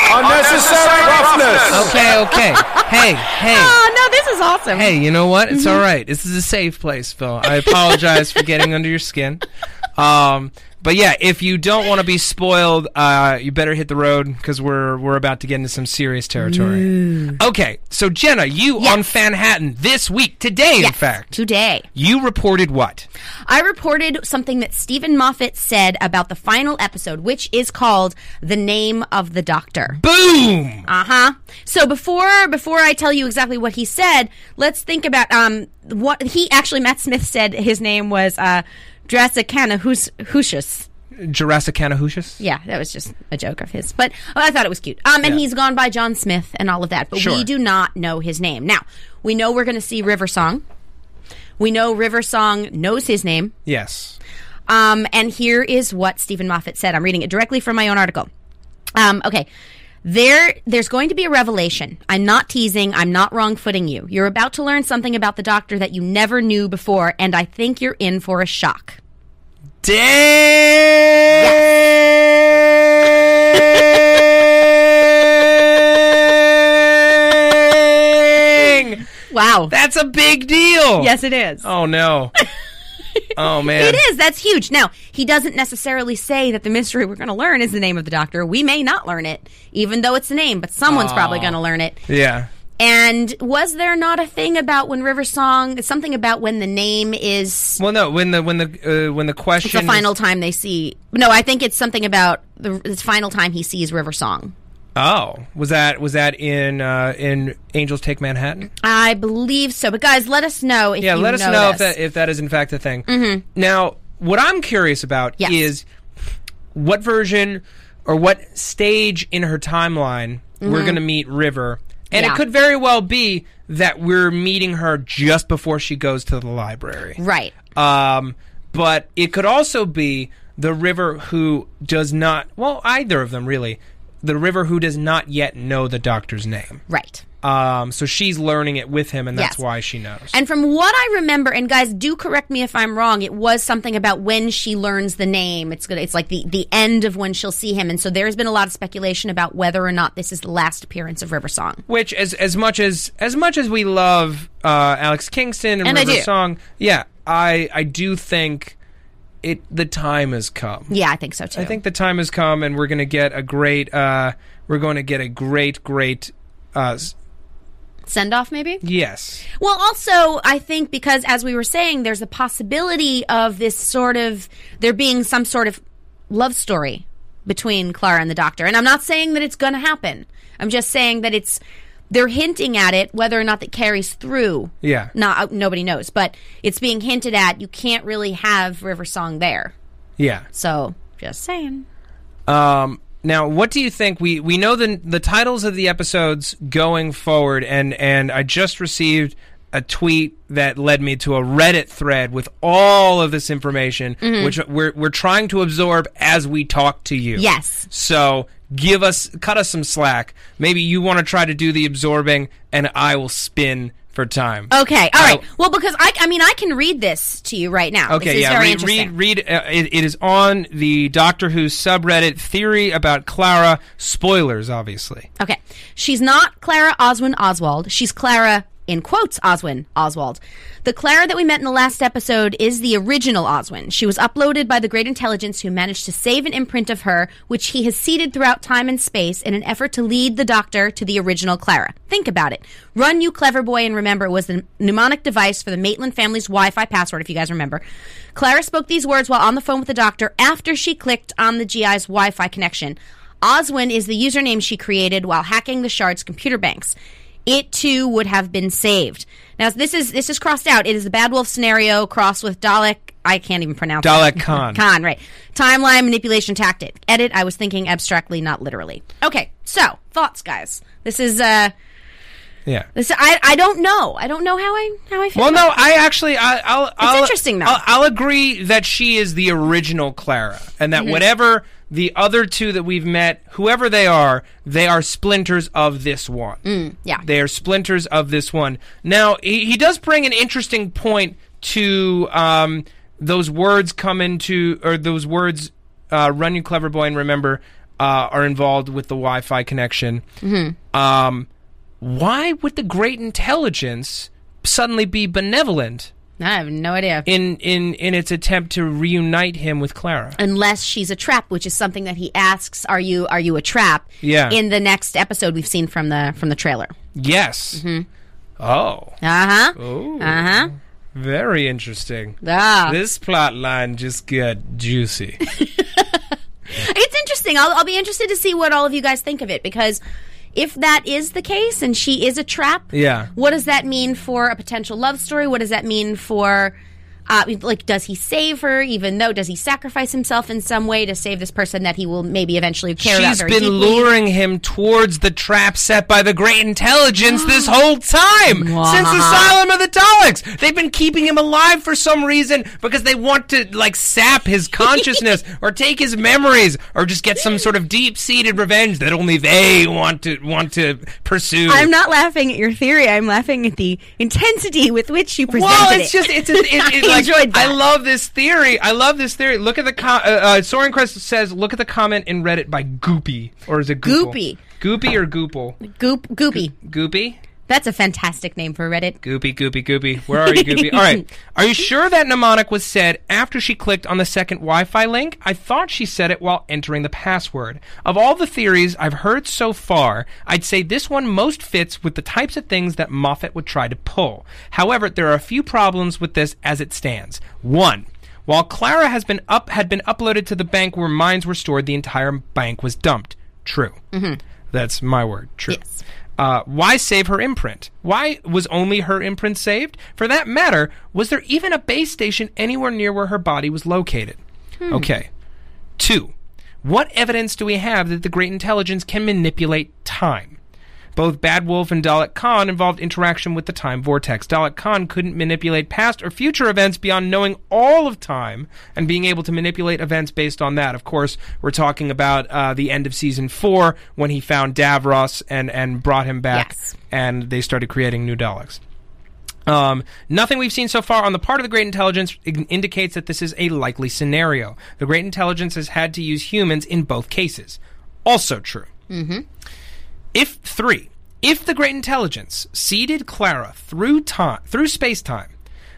Speaker 4: Unnecessary roughness.
Speaker 3: Okay, okay. Hey, hey,
Speaker 2: oh no, this is awesome.
Speaker 3: hey, you know what? It's all right. This is a safe place, Phil. I apologize for getting under your skin. Um, but yeah, if you don't want to be spoiled, uh, you better hit the road because we're we're about to get into some serious territory. Okay, so Jenna, you on Fanhattan this week, today, in
Speaker 2: Yes,
Speaker 3: fact,
Speaker 2: today.
Speaker 3: you reported what?
Speaker 2: I reported something that Stephen Moffat said about the final episode, which is called "The Name of the Doctor."
Speaker 3: Boom.
Speaker 2: Uh huh. So before before I tell you exactly what he said, let's think about um what he actually Matt Smith said his name was uh Drasakana Hushus.
Speaker 3: Jurassic Canahushus.
Speaker 2: Yeah, that was just a joke of his, but oh, I thought it was cute. Um, and
Speaker 3: Yeah.
Speaker 2: he's gone by John Smith and all of that, but
Speaker 3: Sure.
Speaker 2: we do not know his name. Now we know we're going to see River Song. We know River Song knows his name.
Speaker 3: Yes.
Speaker 2: Um, and here is what Stephen Moffat said. I'm reading it directly from my own article. Um, okay. There, there's going to be a revelation. I'm not teasing. I'm not wrong footing you. You're about to learn something about the doctor that you never knew before, and I think you're in for a shock.
Speaker 3: Damn.
Speaker 2: Wow.
Speaker 3: That's a big deal.
Speaker 2: yes, it is.
Speaker 3: Oh no. oh man.
Speaker 2: It is. That's huge. Now, he doesn't necessarily say that the mystery we're going to learn is the name of the doctor. We may not learn it, even though it's the name, but someone's probably going to learn it.
Speaker 3: Yeah.
Speaker 2: And was there not a thing about when River Song, something about when the name is
Speaker 3: Well, no. When the when the uh, when the question
Speaker 2: the final time they see? No, I think it's something about the the final time he sees River Song.
Speaker 3: Oh, was that was that in uh, in Angels Take Manhattan?
Speaker 2: I believe so. But guys, let us know if
Speaker 3: yeah,
Speaker 2: you
Speaker 3: let us know if
Speaker 2: this. Mm-hmm.
Speaker 3: that if that is in fact a thing. Now, what I'm curious about
Speaker 2: Yes.
Speaker 3: is what version or what stage in her timeline we're going to meet River, and
Speaker 2: Mm-hmm. Yeah.
Speaker 3: it could very well be that we're meeting her just before she goes to the library.
Speaker 2: right.
Speaker 3: Um, but it could also be the river who does not. Well, either of them really. The river who does not yet know the doctor's name.
Speaker 2: Right.
Speaker 3: Um, so she's learning it with him, and that's
Speaker 2: Yes.
Speaker 3: why she knows.
Speaker 2: And from what I remember, and guys, do correct me if I'm wrong. It was something about when she learns the name. It's good. It's like the the end of when she'll see him. And so there's been a lot of speculation about whether or not this is the last appearance of River Song.
Speaker 3: Which, as as much as as much as we love uh, Alex Kingston and,
Speaker 2: And I
Speaker 3: River
Speaker 2: do.
Speaker 3: Song, yeah, I I do think it the time has come.
Speaker 2: Yeah, I think so too.
Speaker 3: I think the time has come, and we're going to get a great. Uh, we're going to get a great, great. Uh, s-
Speaker 2: send off maybe.
Speaker 3: yes,
Speaker 2: Well, also, I think because as we were saying, there's a possibility of this sort of there being some sort of love story between Clara and the doctor. And I'm not saying that it's going to happen. I'm just saying that it's they're hinting at it whether or not that carries through.
Speaker 3: Yeah.
Speaker 2: Not uh, nobody knows, but it's being hinted at. You can't really have River Song there.
Speaker 3: yeah.
Speaker 2: So, just saying.
Speaker 3: Um, now, what do you think? We we know the the titles of the episodes going forward, and and I just received a tweet that led me to a Reddit thread with all of this information,
Speaker 2: Mm-hmm.
Speaker 3: which we're we're trying to absorb as we talk to you.
Speaker 2: Yes.
Speaker 3: So give us cut us some slack. Maybe you want to try to do the absorbing, and I will spin for time.
Speaker 2: Okay. All right.
Speaker 3: Oh.
Speaker 2: Well, because I I mean, I can read this to you right now.
Speaker 3: Okay,
Speaker 2: This is
Speaker 3: yeah.
Speaker 2: very
Speaker 3: read,
Speaker 2: interesting.
Speaker 3: read, read. Uh, it, it is on the Doctor Who subreddit theory about Clara. Spoilers, obviously.
Speaker 2: Okay. She's not Clara Oswin Oswald. She's Clara, in quotes, Oswin Oswald. The Clara that we met in the last episode is the original Oswin. She was uploaded by the Great Intelligence, who managed to save an imprint of her, which he has seeded throughout time and space in an effort to lead the Doctor to the original Clara. Think about it. Run, you clever boy, and remember, was the mnemonic device for the Maitland family's Wi Fi password, if you guys remember. Clara spoke these words while on the phone with the Doctor after she clicked on the GI's Wi Fi connection. Oswin is the username she created while hacking the shard's computer banks. It too would have been saved. Now this is this is crossed out. It is the Bad Wolf scenario crossed with Dalek. I can't even pronounce it.
Speaker 3: Dalek Khan.
Speaker 2: Khan, right? Timeline manipulation tactic. Edit. I was thinking abstractly, not literally. Okay, so thoughts, guys. This is uh,
Speaker 3: Yeah.
Speaker 2: this I I don't know. I don't know how I how I feel.
Speaker 3: Well, no, I actually, I, I'll, I'll,
Speaker 2: interesting, though.
Speaker 3: I'll, I'll agree that she is the original Clara, and
Speaker 2: Mm-hmm.
Speaker 3: that whatever the other two that we've met, whoever they are, they are splinters of this one.
Speaker 2: yeah.
Speaker 3: They are splinters of this one. Now, he, he does bring an interesting point to um, those words come into, or those words, uh, run you clever boy and remember, uh, are involved with the Wi Fi connection. Um, why would the great intelligence suddenly be benevolent
Speaker 2: I have no idea.
Speaker 3: in in in its attempt to reunite him with Clara.
Speaker 2: Unless she's a trap, which is something that he asks, "Are you are you a trap?"
Speaker 3: Yeah.
Speaker 2: In the next episode we've seen from the from the trailer.
Speaker 3: Yes. Oh,
Speaker 2: Uh huh. Uh huh.
Speaker 3: very interesting.
Speaker 2: Ah.
Speaker 3: This plot line just got juicy.
Speaker 2: It's interesting. I'll, I'll be interested to see what all of you guys think of it because if that is the case and she is a trap,
Speaker 3: Yeah.
Speaker 2: what does that mean for a potential love story? What does that mean for, uh, like, does he save her? Even though, does he sacrifice himself in some way to save this person that he will maybe eventually care about
Speaker 3: She's
Speaker 2: very
Speaker 3: been
Speaker 2: deeply?
Speaker 3: luring him towards the trap set by the Great Intelligence this whole time since the Asylum of the Daleks. They've been keeping him alive for some reason because they want to like sap his consciousness or take his memories or just get some sort of deep-seated revenge that only they want to want to pursue.
Speaker 5: I'm not laughing at your theory. I'm laughing at the intensity with which you presented
Speaker 3: Well, it's
Speaker 5: it.
Speaker 3: just it's, it's it, it,
Speaker 5: I
Speaker 3: like
Speaker 5: enjoyed that.
Speaker 3: I love this theory. I love this theory. Look at the com- uh, uh, Soren Crest says. Look at the comment in Reddit by Goopy or is it Goople?
Speaker 2: Goopy.
Speaker 3: Goopy or Goople?
Speaker 2: Goop, Goopy.
Speaker 3: Goopy.
Speaker 2: That's a fantastic name for Reddit.
Speaker 3: Goopy, goopy, goopy. Where are you, goopy? All right. Are you sure that mnemonic was said after she clicked on the second Wi Fi link? I thought she said it while entering the password. Of all the theories I've heard so far, I'd say this one most fits with the types of things that Moffat would try to pull. However, there are a few problems with this as it stands. One, while Clara has been up had been uploaded to the bank where mines were stored, the entire bank was dumped. True. That's my word. True. Uh, why save her imprint? Why was only her imprint saved? For that matter, was there even a base station anywhere near where her body was located? Okay. Two, what evidence do we have that the Great Intelligence can manipulate time? Both Bad Wolf and Dalek Khan involved interaction with the time vortex. Dalek Khan couldn't manipulate past or future events beyond knowing all of time and being able to manipulate events based on that. Of course, we're talking about uh, the end of season four when he found Davros and, and brought him back,
Speaker 2: Yes.
Speaker 3: and they started creating new Daleks. Um, nothing we've seen so far on the part of the Great Intelligence in- indicates that this is a likely scenario. The Great Intelligence has had to use humans in both cases. Also true. If three, if the Great Intelligence seeded Clara through time, through space time,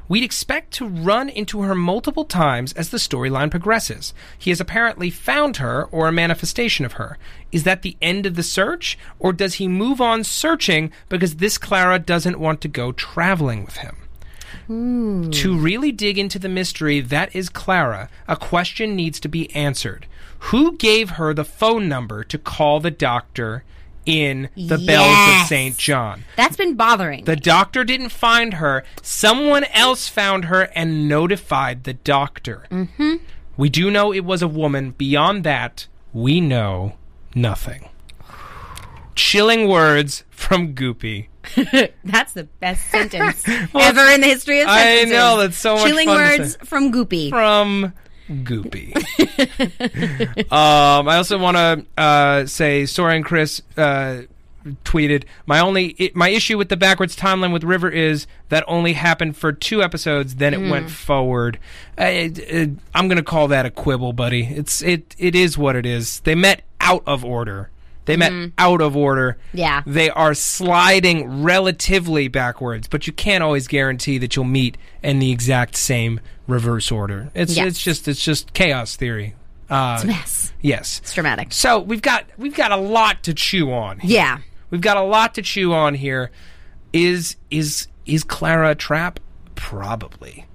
Speaker 3: we'd expect to run into her multiple times as the storyline progresses. He has apparently found her or a manifestation of her. Is that the end of the search, or does he move on searching because this Clara doesn't want to go traveling with him? To really dig into the mystery that is Clara, a question needs to be answered. Who gave her the phone number to call the doctor in the Bells of
Speaker 2: Yes.
Speaker 3: St. John?
Speaker 2: That's been bothering.
Speaker 3: The doctor didn't find her. Someone else found her and notified the doctor. Mm-hmm. We do know it was a woman. Beyond that, we know nothing. Chilling words from Goopy.
Speaker 2: That's the best sentence ever in the history of
Speaker 3: I
Speaker 2: sentences.
Speaker 3: know, that's so much
Speaker 2: Chilling
Speaker 3: fun to
Speaker 2: words
Speaker 3: say.
Speaker 2: from Goopy.
Speaker 3: from Goopy. um, I also want to uh, say Soren Chris uh, tweeted my only i my issue with the backwards timeline with River is that only happened for two episodes. Then it went forward. Uh, it- it- I'm going to call that a quibble, buddy. It's it it is what it is. They met out of order. They met out of order.
Speaker 2: Yeah.
Speaker 3: They are sliding relatively backwards, but you can't always guarantee that you'll meet in the exact same reverse order. It's
Speaker 2: Yes.
Speaker 3: it's just it's just chaos theory. Uh,
Speaker 2: Yes,
Speaker 3: yes.
Speaker 2: it's dramatic.
Speaker 3: So we've got we've got a lot to chew on. here.
Speaker 2: Yeah.
Speaker 3: We've got a lot to chew on here. Is is is Clara a trap? Probably.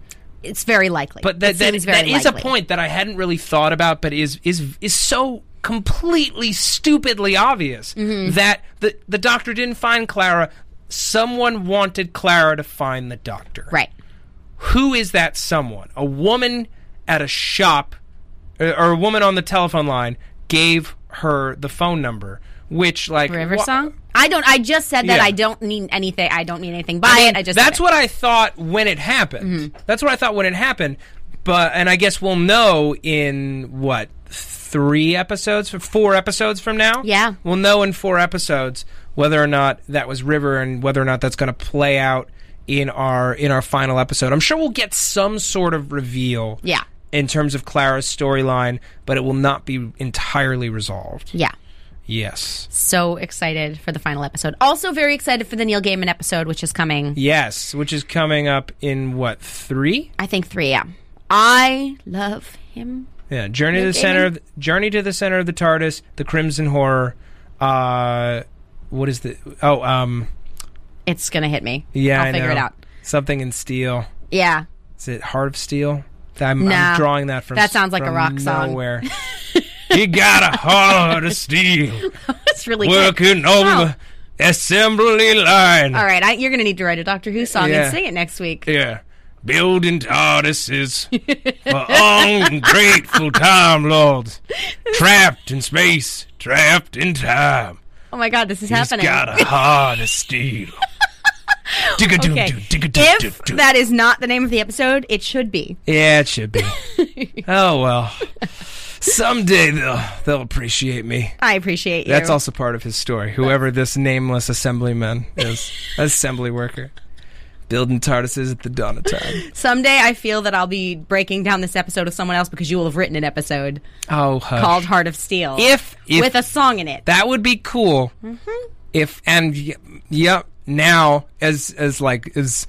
Speaker 2: It's very likely.
Speaker 3: But that,
Speaker 2: It
Speaker 3: that,
Speaker 2: seems
Speaker 3: that
Speaker 2: very
Speaker 3: is a
Speaker 2: likely.
Speaker 3: point that I hadn't really thought about, but is is is so completely stupidly obvious
Speaker 2: Mm-hmm.
Speaker 3: that the the doctor didn't find Clara. Someone wanted Clara to find the doctor.
Speaker 2: Right.
Speaker 3: Who is that someone? A woman at a shop, or or a woman on the telephone line gave her the phone number, which like
Speaker 2: River
Speaker 3: wha-
Speaker 2: song? I don't I just said that
Speaker 3: Yeah.
Speaker 2: I don't mean anything I don't mean anything by it. I just
Speaker 3: that's
Speaker 2: said it. Mm-hmm.
Speaker 3: what I thought when it happened. That's what I thought when it happened. But and I guess we'll know in what three episodes, four episodes from now.
Speaker 2: Yeah.
Speaker 3: we'll know in four episodes whether or not that was River and whether or not that's going to play out in our in our final episode. I'm sure we'll get some sort of reveal.
Speaker 2: Yeah.
Speaker 3: In terms of Clara's storyline, but it will not be entirely resolved.
Speaker 2: Yeah.
Speaker 3: Yes.
Speaker 2: So excited for the final episode. Also very excited for the Neil Gaiman episode, which is coming.
Speaker 3: Yes, which is coming up in what three?
Speaker 2: I think three. Yeah, I love him.
Speaker 3: Yeah, Journey to the
Speaker 2: Gaiman?
Speaker 3: center of Journey to the center of the TARDIS, the Crimson Horror. Uh, what is the? Oh, um,
Speaker 2: It's gonna hit me.
Speaker 3: yeah,
Speaker 2: I'll
Speaker 3: I
Speaker 2: figure
Speaker 3: know.
Speaker 2: it out.
Speaker 3: Something in steel.
Speaker 2: Yeah,
Speaker 3: Is it Heart of Steel? I'm,
Speaker 2: Nah.
Speaker 3: I'm drawing that from.
Speaker 2: That sounds like a
Speaker 3: from
Speaker 2: rock song.
Speaker 3: Nowhere. he got a heart of steel,
Speaker 2: it's really good.
Speaker 3: working
Speaker 2: Wow.
Speaker 3: on the assembly line.
Speaker 2: Oh. All right, I, you're gonna need to write a Doctor Who song
Speaker 3: Yeah.
Speaker 2: and sing it next week.
Speaker 3: Yeah. Building TARDISes for ungrateful Time Lords. Trapped in space, trapped in time.
Speaker 2: Oh my God, this is
Speaker 3: He's
Speaker 2: happening.
Speaker 3: got a heart of steel. Digga-doo,
Speaker 2: Okay.
Speaker 3: doo, digga-doo, doo,
Speaker 5: If
Speaker 3: doo.
Speaker 5: that is not the name of the episode, it should be.
Speaker 3: Yeah, it should be. oh, well. Someday they'll, they'll appreciate me.
Speaker 5: I appreciate you.
Speaker 3: That's also part of his story. Whoever this nameless assemblyman is, assembly worker. Building TARDISes at the dawn of time.
Speaker 5: Someday I feel that I'll be breaking down this episode with someone else because you will have written an episode
Speaker 3: Oh, hush.
Speaker 5: called Heart of Steel.
Speaker 3: If- if-
Speaker 5: with a song in it.
Speaker 3: That would be cool.
Speaker 2: Mm-hmm.
Speaker 3: If and y- yep, now as as like as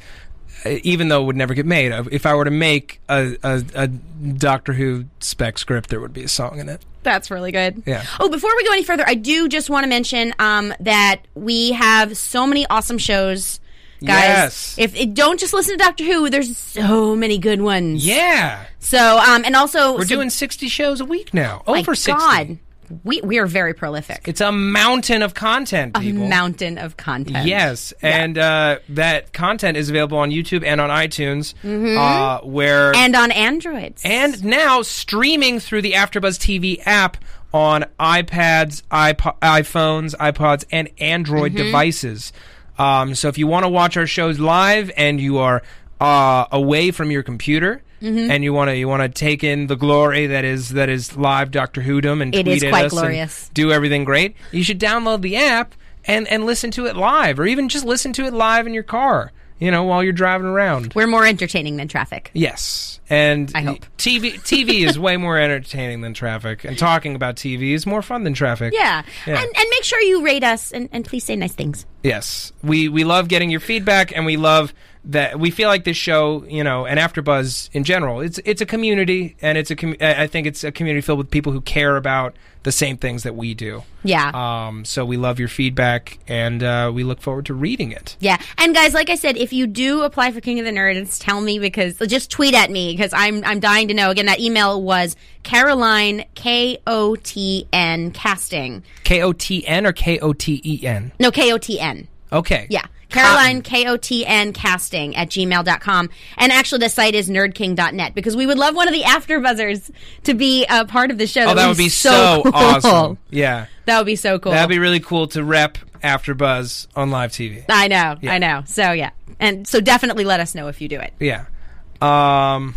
Speaker 3: uh, even though it would never get made, uh, if I were to make a, a, a Doctor Who spec script, there would be a song in it.
Speaker 2: That's really good.
Speaker 3: Yeah.
Speaker 2: Oh, before we go any further, I do just want to mention um, that we have so many awesome shows, guys.
Speaker 3: Yes.
Speaker 2: If it, don't just listen to Doctor Who, there's so many good ones.
Speaker 3: Yeah,
Speaker 2: So, um, and also
Speaker 3: we're doing sixty shows a week now,
Speaker 2: my
Speaker 3: over sixty.
Speaker 2: God, we we are very prolific.
Speaker 3: It's a mountain of content,
Speaker 2: a
Speaker 3: people.
Speaker 2: mountain of content.
Speaker 3: Yes, and uh, that content is available on YouTube and on iTunes, uh, where
Speaker 2: Mm-hmm. And on androids.
Speaker 3: and now streaming through the AfterBuzz TV app on iPads, iPod, iPhones, iPods, and Android
Speaker 2: Mm-hmm.
Speaker 3: devices. Um, so if you want to watch our shows live and you are uh, away from your computer
Speaker 2: Mm-hmm.
Speaker 3: and you want to you want to take in the glory that is that is live Doctor Whodom and
Speaker 2: It
Speaker 3: tweet
Speaker 2: is
Speaker 3: at
Speaker 2: quite
Speaker 3: us and
Speaker 2: glorious.
Speaker 3: do everything great, you should download the app and and listen to it live, or even just listen to it live in your car. You know, while you're driving around.
Speaker 2: we're more entertaining than traffic.
Speaker 3: Yes, and
Speaker 2: I hope.
Speaker 3: TV TV is way more entertaining than traffic, and talking about TV is more fun than traffic.
Speaker 2: Yeah.
Speaker 3: Yeah.
Speaker 2: And and make sure you rate us and, and please say nice things.
Speaker 3: Yes, we we love getting your feedback, and we love that we feel like this show, you know, and AfterBuzz in general, it's it's a community, and it's a com- I I think it's a community filled with people who care about the same things that we do.
Speaker 2: Yeah.
Speaker 3: Um. So we love your feedback, and uh, we look forward to reading it.
Speaker 2: Yeah. And guys, like I said, if you do apply for King of the Nerds, tell me because just tweet at me because I'm I'm dying to know. Again, that email was Caroline K O T N casting.
Speaker 3: K O T N or K O T E N.
Speaker 2: No, K O T N.
Speaker 3: Okay.
Speaker 2: Yeah. Caroline K O T N casting at gmail.com. And actually the site is nerdking.net because we would love one of the after buzzers to be a part of the show.
Speaker 3: Oh, that would be so
Speaker 2: cool.
Speaker 3: awesome. Yeah.
Speaker 2: That would be so cool.
Speaker 3: That'd be really cool to rep after Buzz on live TV.
Speaker 2: I know, I know. So yeah. And so definitely let us know if you do it.
Speaker 3: Yeah. Um,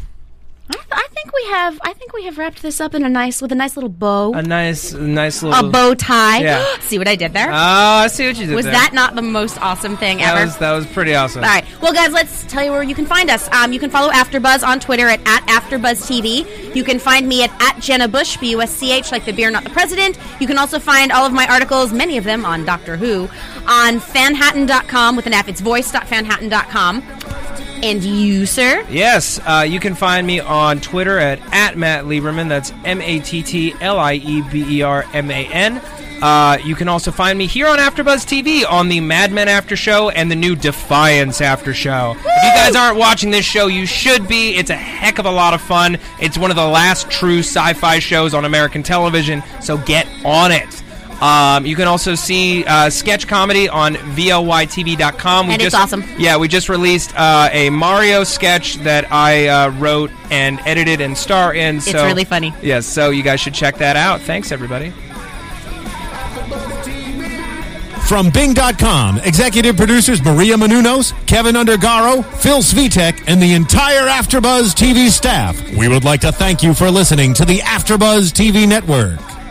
Speaker 2: I, th- I think we have. I think we have wrapped this up in a nice with a nice little bow,
Speaker 3: a nice, nice
Speaker 2: a
Speaker 3: little.
Speaker 2: bow tie.
Speaker 3: Yeah.
Speaker 2: See what I did there?
Speaker 3: Oh, I see what you did.
Speaker 2: was
Speaker 3: there.
Speaker 2: that not the most awesome thing
Speaker 3: That
Speaker 2: ever?
Speaker 3: was that was pretty awesome.
Speaker 2: All right. Well, guys, let's tell you where you can find us. Um, you can follow AfterBuzz on Twitter at, at AfterBuzzTV. You can find me at, at Jenna Bush, B-U-S-C-H, like the beer, not the president. You can also find all of my articles, many of them on Doctor Who, on fanhattan.com with an F. It's voice.fanhattan.com. And you, sir?
Speaker 3: Yes, uh, you can find me on Twitter at, at Matt Lieberman. That's M A T T L I E B E R M A N. Uh, you can also find me here on AfterBuzz TV on the Mad Men After Show and the new Defiance After Show. If you guys aren't watching this show, you should be. It's a heck of a lot of fun. It's one of the last true sci-fi shows on American television, so get on it. Um, you can also see uh, sketch comedy on VLYTV.com. We
Speaker 2: And it's
Speaker 3: just-
Speaker 2: awesome.
Speaker 3: yeah, we just released uh, a Mario sketch that I uh, wrote and edited and star in. So
Speaker 2: really funny.
Speaker 3: Yes, so you guys should check that out. Thanks, everybody.
Speaker 1: From Bing.com, executive producers Maria Manunos, Kevin Undergaro, Phil Svitek, and the entire Afterbuzz TV staff. We would like to thank you for listening to the Afterbuzz TV network.